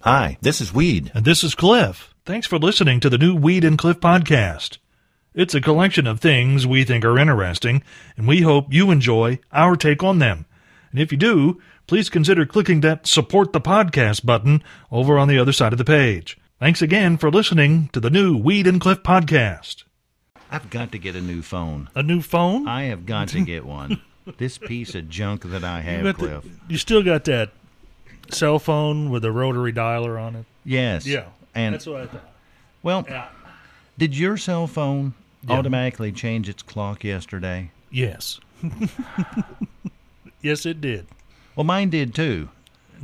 Hi, this is Weed. And this is Cliff. Thanks for listening to the new Weed and Cliff podcast. It's a collection of things we think are interesting, and we hope you enjoy our take on them. And if you do, please consider clicking that support the podcast button over on the other side of the page. Thanks again for listening to the new Weed and Cliff podcast. I've got to get a new phone. A new phone? I have got to get one. this piece of junk that I You have, got the- Cliff. you still got that cell phone with a rotary dialer on it. Yes. And that's what I thought. well, Yeah. did your cell phone automatically change its clock yesterday? Yes. yes, it did. Well, mine did too.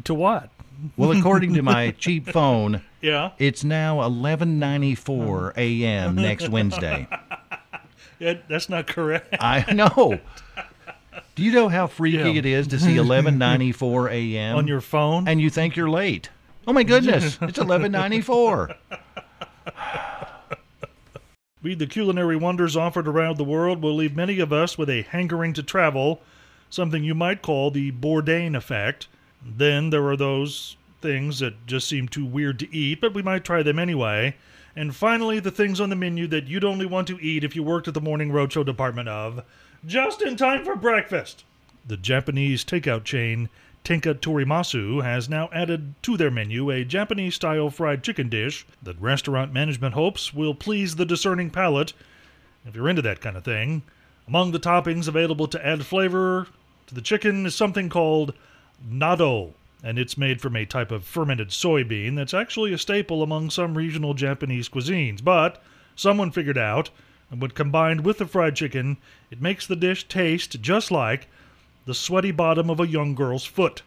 To what? Well, according to my cheap phone, Yeah. it's now 11:94 a.m. next Wednesday. It, that's not correct. I know. Do you know how freaky Yeah. it is to see 11:94 a.m. on your phone? and you think you're late? Oh my goodness, it's 11:94. Read the culinary wonders offered around the world will leave many of us with a hankering to travel, something you might call the Bourdain effect. Then there are those things that just seem too weird to eat, but we might try them anyway. And finally, the things on the menu that you'd only want to eat if you worked at the Morning Roadshow department of Just in Time for Breakfast. The Japanese takeout chain Tenka Torimasu has now added to their menu a Japanese style fried chicken dish that restaurant management hopes will please the discerning palate if you're into that kind of thing. Among the toppings available to add flavor to the chicken is something called nado, and it's made from a type of fermented soybean that's actually a staple among some regional Japanese cuisines. But someone figured out, and when combined with the fried chicken, it makes the dish taste just like the sweaty bottom of a young girl's foot.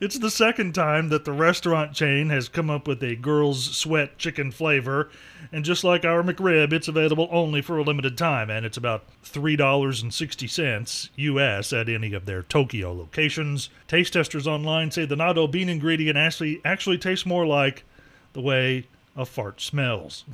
It's the second time that the restaurant chain has come up with a girl's sweat chicken flavor, and just like our McRib, it's available only for a limited time, and it's about $3.60 US at any of their Tokyo locations. Taste testers online say the natto bean ingredient actually, actually tastes more like the way a fart smells.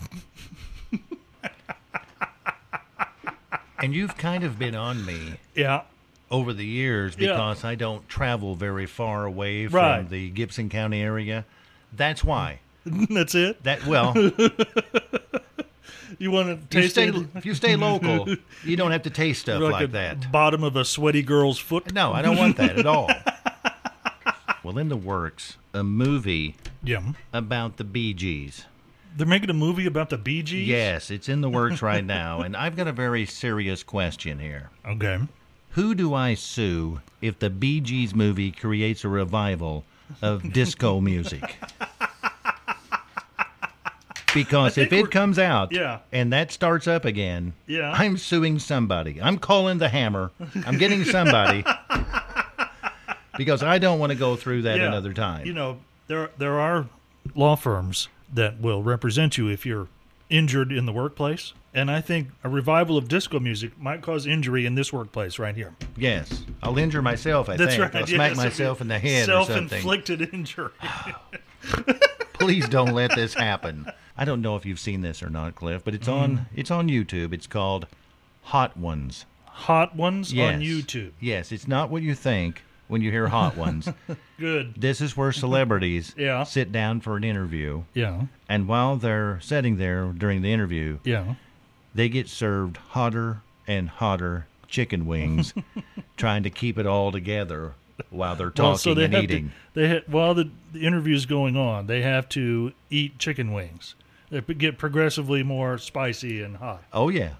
And you've kind of been on me Yeah, over the years Yeah. because I don't travel very far away from Right. the Gibson County area. That's why. that's it. That well, You want to you taste stay, it? if you stay local, you don't have to taste stuff like, a that. Bottom of a sweaty girl's foot. No, I don't want that at all. well, in the works, a movie Yeah. about the Bee Gees. They're making a movie about the Bee Gees? Yes, it's in the works right now, and I've got a very serious question here. Okay. Who do I sue if the Bee Gees movie creates a revival of disco music? Because if think it comes out Yeah. and that starts up again, Yeah. I'm suing somebody. I'm calling the hammer. I'm getting somebody because I don't want to go through that Yeah. another time. You know, there there are law firms that will represent you if you're injured in the workplace, and I think a revival of disco music might cause injury in this workplace right here. yes, I'll injure myself. I That's think right. I'll smack yes, myself in the head or something. Self-inflicted injury. please don't let this happen. I don't know if you've seen this or not, Cliff, but it's Mm. on it's on YouTube. It's called Hot Ones Hot ones yes. on YouTube. Yes, it's not what you think when you hear Hot Ones. Good. this is where celebrities Yeah. sit down for an interview, Yeah. and while they're sitting there during the interview, Yeah. they get served hotter and hotter chicken wings, trying to keep it all together while they're talking Well, so they and have eating. to. They ha- while the, the interview is going on, they have to eat chicken wings. They p- get progressively more spicy and hot. Oh yeah.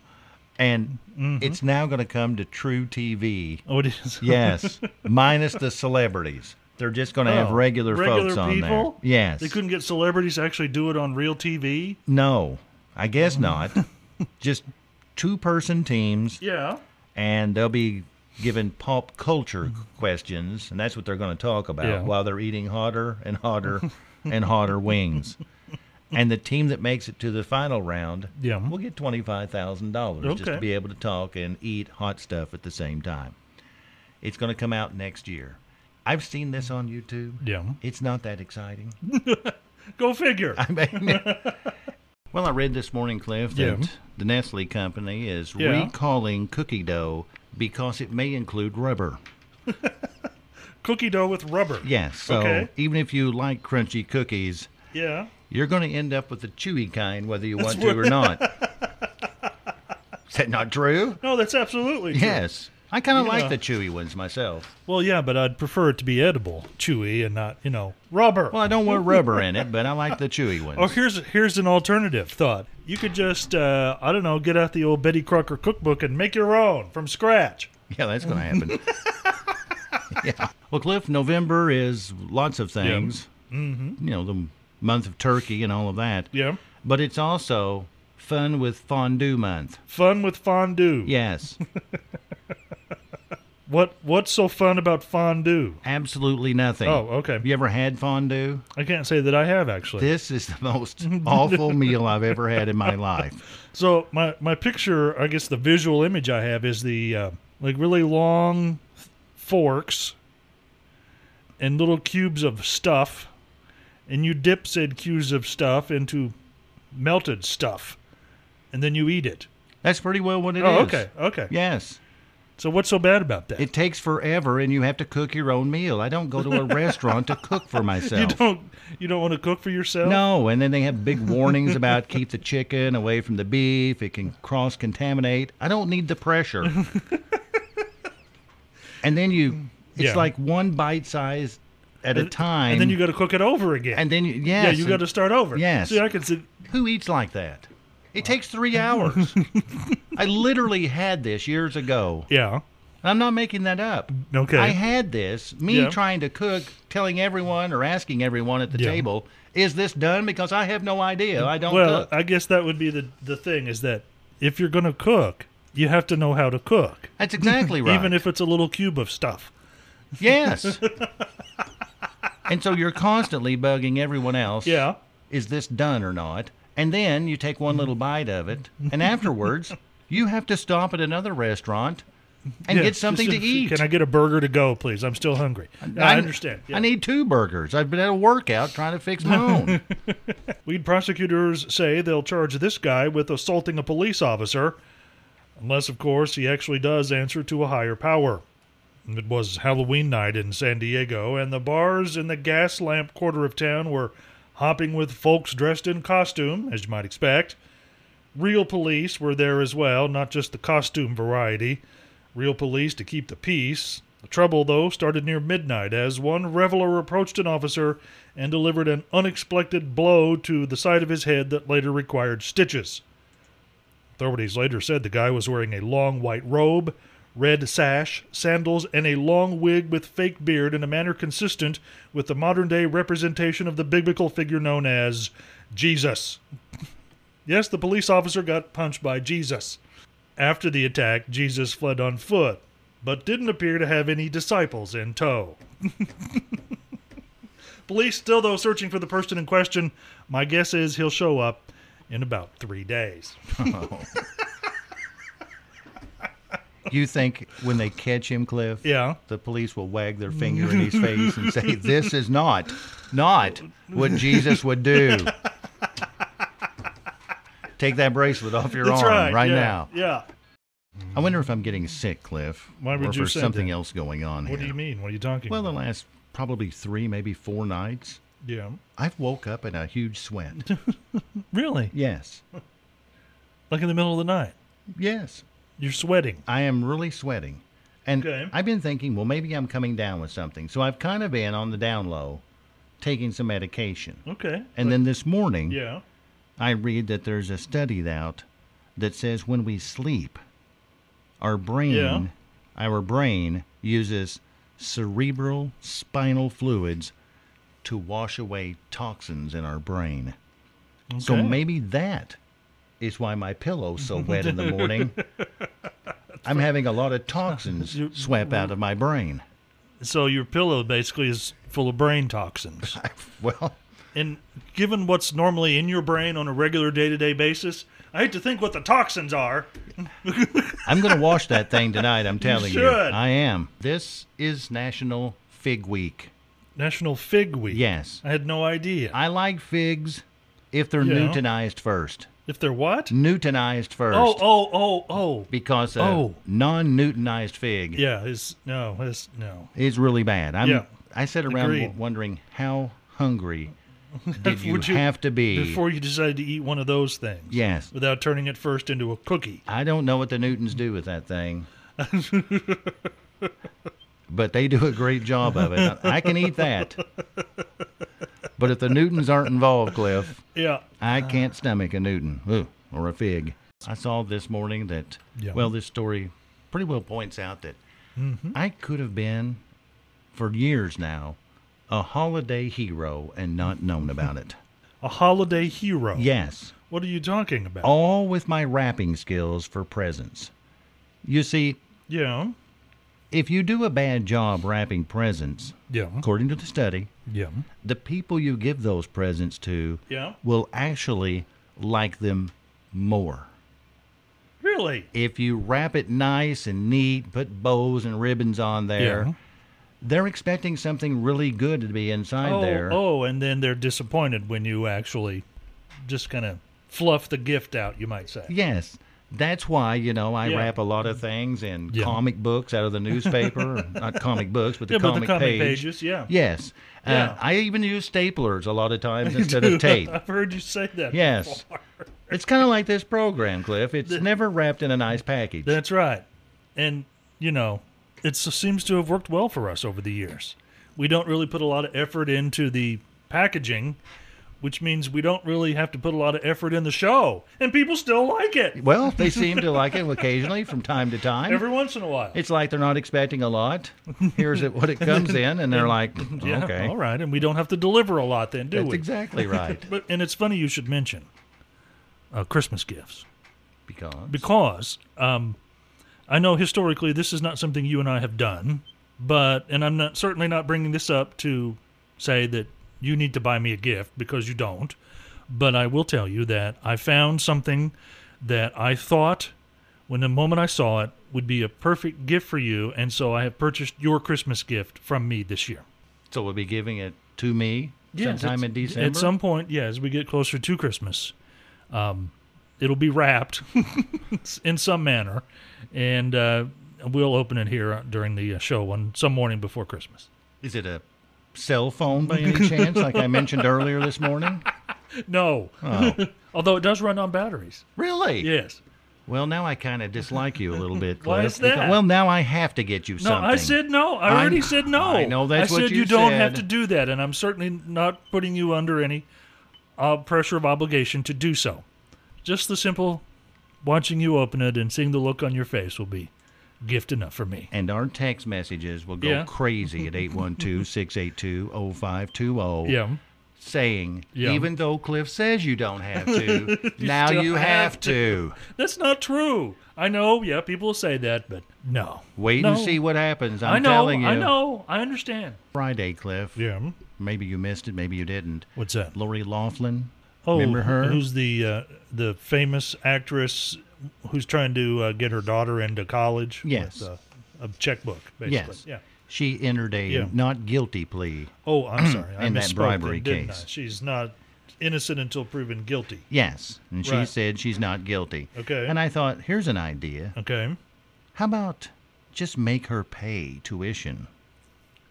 And Mm-hmm. it's now going to come to True TV Oh, it is. Yes, minus the celebrities. They're just going to have Oh, regular, folks on people? there. Yes. They couldn't get celebrities to actually do it on real TV. No, I guess not. just two person teams, Yeah. and they'll be given pop culture questions, and that's what they're going to talk about Mm-hmm. Yeah. while they're eating hotter and hotter and hotter wings. And the team that makes it to the final round Yeah. will get $25,000 just to Okay. be able to talk and eat hot stuff at the same time. It's going to come out next year. I've seen this on YouTube. Yeah. It's not that exciting. Go figure. I mean, well, I read this morning, Cliff, Yeah. that the Nestle company is Yeah. recalling cookie dough because it may include rubber. cookie dough with rubber. Yes. So Okay. even if you like crunchy cookies, Yeah. you're going to end up with the chewy kind whether you want what- to or not. Is that not true? No, that's absolutely true. Yes. I kind of Yeah. like the chewy ones myself. Well, yeah, but I'd prefer it to be edible, chewy, and not, you know, rubber. Well, I don't want rubber in it, but I like the chewy ones. Or Oh, here's here's an alternative thought. You could just uh, I don't know, get out the old Betty Crocker cookbook and make your own from scratch. Yeah, that's going to happen. yeah. Well, Cliff, November is lots of things. Mm-hmm. You know, the month of turkey and all of that. Yeah. But it's also fun with fondue month. Fun with fondue. Yes. What what's so fun about fondue? absolutely nothing. Oh, okay. Have you ever had fondue? I can't say that I have actually. This is the most awful meal I've ever had in my life. So my my picture, I guess the visual image I have is the uh, like really long forks and little cubes of stuff, and you dip said cubes of stuff into melted stuff, and then you eat it. That's pretty well what it is. oh, okay, okay. Yes. So what's so bad about that? It takes forever and you have to cook your own meal. I don't go to a restaurant to cook for myself. you don't you don't want to cook for yourself? No, and then they have big warnings about keep the chicken away from the beef. It can cross contaminate. I don't need the pressure. and then you, it's Yeah. like one bite size at a time. and then you got to cook it over again. and then you, yes, yeah, you got to and start over. Yes. See, I can see. Who eats like that? It takes three hours. I literally had this years ago. Yeah. I'm not making that up. Okay. I had this, me Yeah. trying to cook, telling everyone or asking everyone at the Yeah. table, is this done? Because I have no idea. I don't Well, cook. I guess that would be the the thing is that if you're going to cook, you have to know how to cook, That's exactly right. even if it's a little cube of stuff. yes. and so you're constantly bugging everyone else. Yeah. Is this done or not? And then you take one little bite of it, and afterwards you have to stop at another restaurant and Yeah, get something to just- eat. Uh, Can I get a burger to go, please? I'm still hungry. I, understand. Yeah. I need two burgers. I've been at a workout trying to fix my own. Lead prosecutors say they'll charge this guy with assaulting a police officer, unless, of course, he actually does answer to a higher power. It was Halloween night in San Diego, and the bars in the gas lamp quarter of town were hopping with folks dressed in costume, as you might expect. Real police were there as well, not just the costume variety. Real police to keep the peace. The trouble, though, started near midnight as one reveler approached an officer and delivered an unexpected blow to the side of his head that later required stitches. Authorities later said the guy was wearing a long white robe, red sash, sandals, and a long wig with fake beard in a manner consistent with the modern day representation of the biblical figure known as Jesus. Yes, the police officer got punched by Jesus. After the attack, Jesus fled on foot, but didn't appear to have any disciples in tow. police still, though, searching for the person in question. My guess is he'll show up in about three days. you think when they catch him, Cliff, Yeah. the police will wag their finger in his face and say, "This is not, not what Jesus would do." Take that bracelet off your That's arm right. right, yeah, now. Yeah. I wonder if I'm getting sick, Cliff, Why would or if you there's say something that? else going on What here. do you mean? What are you talking Well, uh, the about? last probably three, maybe four nights, Yeah. I've woke up in a huge sweat. Really? yes, Like in the middle of the night. yes. You're sweating. I am really sweating. And Okay. I've been thinking, well, maybe I'm coming down with something. So I've kind of been on the down low taking some medication. Okay. And then this morning, Yeah. I read that there's a study out that says when we sleep, our brain, Yeah. our brain uses cerebral spinal fluids to wash away toxins in our brain. So Okay. maybe that is why my pillow's so wet in the morning. I'm having a lot of toxins You- swept out of my brain. So your pillow basically is full of brain toxins. Well, And given what's normally in your brain on a regular day to day basis, I hate to think what the toxins are. I'm going to wash that thing tonight, I'm telling you. should. I am. This is National Fig Week. National Fig Week. Yes. I had no idea. I like figs if they're Yeah. newtonized first. If they're what? Newtonized first. Oh, oh, oh, oh. Because a Oh. non-Newtonized fig Yeah, it's no, it's no. is really bad. I'm, Yeah. I sat around Agreed. w- wondering how hungry did you, Would you- have to be Before you decide to eat one of those things. Yes. Without turning it first into a cookie. I don't know what the Newtons do with that thing. but they do a great job of it. I can eat that. But if the Newtons aren't involved, Cliff, Yeah. I can't stomach a Newton Ooh, or a fig. I saw this morning that, Yeah. well, this story pretty well points out that I could have been, for years now, a holiday hero and not known about it. A holiday hero. Yes. What are you talking about? all with my wrapping skills for presents. You see, Yeah. if you do a bad job wrapping presents, Yeah. according to the study, Yeah. the people you give those presents to Yeah. will actually like them more. Really? If you wrap it nice and neat, put bows and ribbons on there, Yeah. they're expecting something really good to be inside Oh, there. oh, and then they're disappointed when you actually just kind of fluff the gift out, you might say. Yes. That's why, you know, I Yeah. wrap a lot of things in Yeah. comic books out of the newspaper. Not comic books, but the yeah, but comic the comic page. pages, yeah. Yes. Uh, Yeah. I even use staplers a lot of times instead of tape. I've heard you say that. Yes. It's kind of like this program, Cliff. It's never wrapped in a nice package. That's right. And, you know, it s- seems to have worked well for us over the years. We don't really put a lot of effort into the packaging, which means we don't really have to put a lot of effort in the show. And people still like it well, they seem to like it occasionally from time to time. every once in a while. it's like they're not expecting a lot. Here's it, what it comes in, and they're like, yeah, okay. all right. And we don't have to deliver a lot then, do That's we? exactly right. But, and it's funny you should mention uh, Christmas gifts. Because. because um, I know historically this is not something you and I have done, but and I'm not certainly not bringing this up to say that you need to buy me a gift because you don't. But I will tell you that I found something that I thought when the moment I saw it would be a perfect gift for you, and so I have purchased your Christmas gift from me this year. So we'll be giving it to me Yes, sometime it's- in December. At some point, yeah, as we get closer to Christmas, um, it'll be wrapped in some manner, and uh, we'll open it here during the uh, show on some morning before Christmas. Is it a cell phone by any chance, like I mentioned earlier this morning? No, Oh, although it does run on batteries. really? Yes. Well, now I kind of dislike you a little bit, Cliff. Why is because- that? well, now I have to get you No, something. I said no. I I- already said no. I know that's I what said you don't have said. to do that, and I'm certainly not putting you under any uh, pressure of obligation to do so. Just the simple watching you open it and seeing the look on your face will be gift enough for me. And our text messages will go Yeah. crazy at 812-682-0520 Yeah. saying, Yeah. even though Cliff says you don't have to, now still you have have to. That's not true. I know, yeah, people say that, but no. Wait and No. see what happens. I'm I know, telling you. I know, I understand. Friday, Cliff. Yeah. Maybe you missed it. Maybe you didn't. What's that? Lori Laughlin. Oh, Remember her? Who's the uh, the famous actress who's trying to uh, get her daughter into college? Yes. with, uh, a checkbook. Basically. Yes. Yeah. She entered a Yeah. not guilty plea. Oh, I'm sorry. I Mm. In that misspoke bribery then, didn't case. I? She's not innocent until proven guilty. Yes. And she Right. said she's not guilty. Okay. And I thought, here's an idea. Okay. How about just make her pay tuition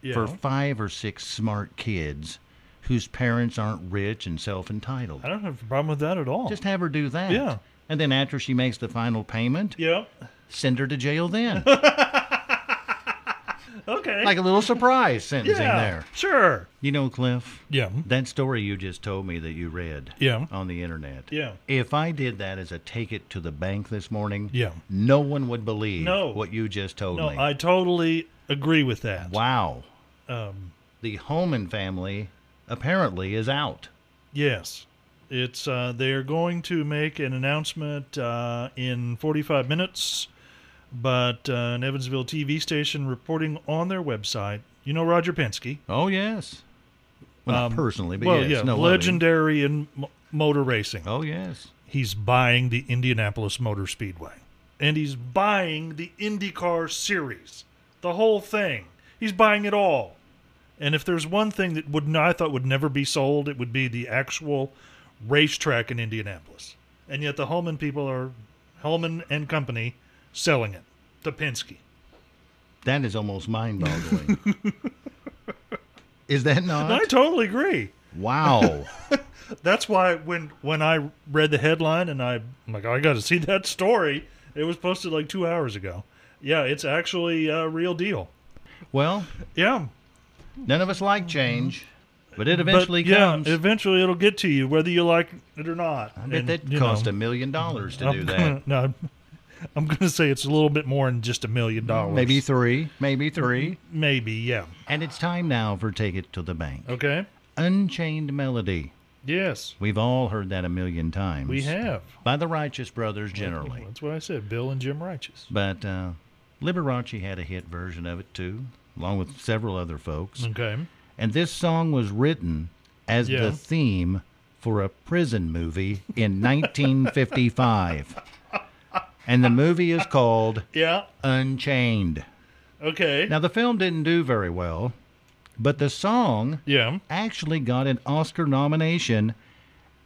Yeah. for five or six smart kids whose parents aren't rich and self entitled? I don't have a problem with that at all. Just have her do that. Yeah. And then after she makes the final payment, yeah. send her to jail then. Okay. like a little surprise sentencing yeah. there. Sure. You know, Cliff, Yeah. that story you just told me that you read Yeah. on the internet. Yeah. If I did that as a take it to the bank this morning, Yeah. no one would believe No. what you just told No, me. I totally agree with that. wow. Um, The Holman family apparently is out. yes. It's uh, they're going to make an announcement uh, in 45 minutes, but uh, an Evansville TV station reporting on their website. You know Roger Penske. Oh, yes. Well, not Um, personally, but well, yes, yeah, no other. legendary in mo- motor racing. Oh, yes. He's buying the Indianapolis Motor Speedway. And he's buying the IndyCar series. The whole thing. He's buying it all. And if there's one thing that would I thought would never be sold, it would be the actual racetrack in Indianapolis. and yet the Holman people are Holman and Company selling it to Penske. That is almost mind boggling. is that not? I totally agree. Wow. That's why when when I read the headline and I, I'm like, "Oh, I got to see that story. It was posted like two hours ago. Yeah, it's actually a real deal. well, Yeah, none of us like change, but it eventually but, yeah, comes. eventually it'll get to you, whether you like it or not. I bet that cost a million dollars to do that. Gonna, no, I'm- I'm going to say it's a little bit more than just a million dollars. Maybe three, maybe three. Mm-hmm. maybe, yeah. And it's time now for Take It to the Bank. Okay. Unchained Melody. Yes, We've all heard that a million times. we have. By the Righteous Brothers, generally. That's what I said. Bill and Jim Righteous. But uh, Liberace had a hit version of it too, along with several other folks. Okay. And this song was written as Yeah. the theme for a prison movie in 1955. and the movie is called Yeah. Unchained. Okay. Now, the film didn't do very well, but the song yeah. actually got an Oscar nomination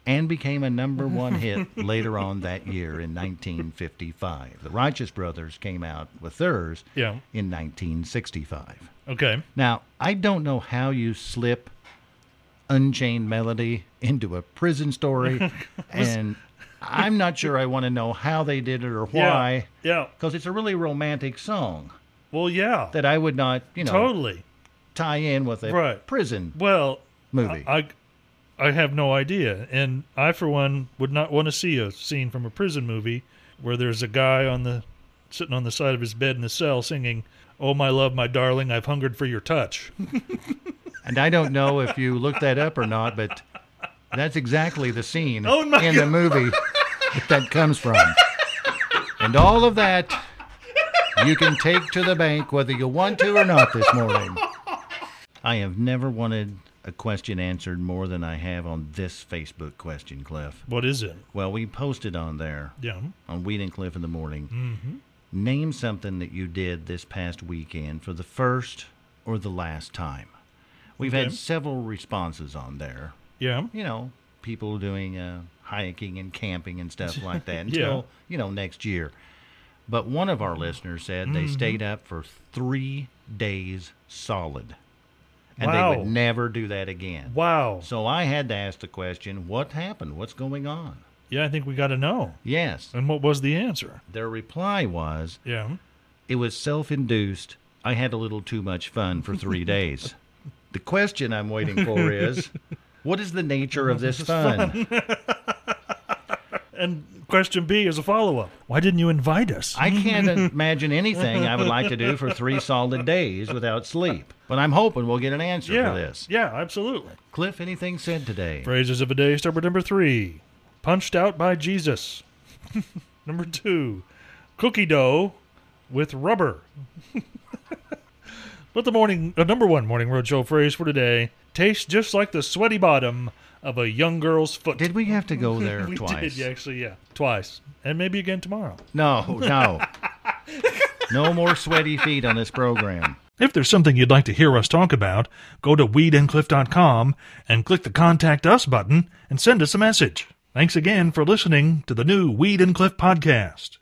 and became a number one hit later on that year in 1955. The Righteous Brothers came out with theirs Yeah. in 1965. Okay. Now, I don't know how you slip Unchained Melody into a prison story, and I'm not sure I want to know how they did it or why, Yeah. yeah. because it's a really romantic song Well, yeah. that I would not, you know, totally. tie in with a Right. prison Well, movie. I I have no idea, and I for one would not want to see a scene from a prison movie where there's a guy on the sitting on the side of his bed in the cell singing, "Oh my love, my darling, I've hungered for your touch." And I don't know if you looked that up or not, but that's exactly the scene Oh, in my the movie that that comes from. And all of that you can take to the bank whether you want to or not this morning. I have never wanted a question answered more than I have on this Facebook question, Cliff. What is it? Well, we posted on there Yeah. on Weed and Cliff in the morning. Mm-hmm. Name something that you did this past weekend for the first or the last time. We've had Okay. several responses on there. Yeah. You know, people doing uh, hiking and camping and stuff like that until, you know, next year. But one of Mm-hmm. our listeners said they stayed up for three days solid. And they Wow. would never do that again. Wow. So I had to ask the question what happened? What's going on? Yeah, I think we got to know. Yes. And what was the answer? Their reply was Yeah. It was self induced. I had a little too much fun for three days. The question I'm waiting for is what is the nature of this fun? And question B is a follow up. Why didn't you invite us? I can't imagine anything I would like to do for three solid days without sleep. But I'm hoping we'll get an answer yeah. for this. Yeah, absolutely. Cliff, anything said today? Phrases of the day start with number three punched out by Jesus. number two, cookie dough with rubber. but the morning, uh, number one morning road show phrase for today tastes just like the sweaty bottom of a young girl's foot. Did we have to go there we twice? did actually, yeah, twice, and maybe again tomorrow. No, no. No more sweaty feet on this program. If there's something you'd like to hear us talk about, go to weedandcliff.com and click the Contact Us button and send us a message. Thanks again for listening to the new Weed and Cliff podcast.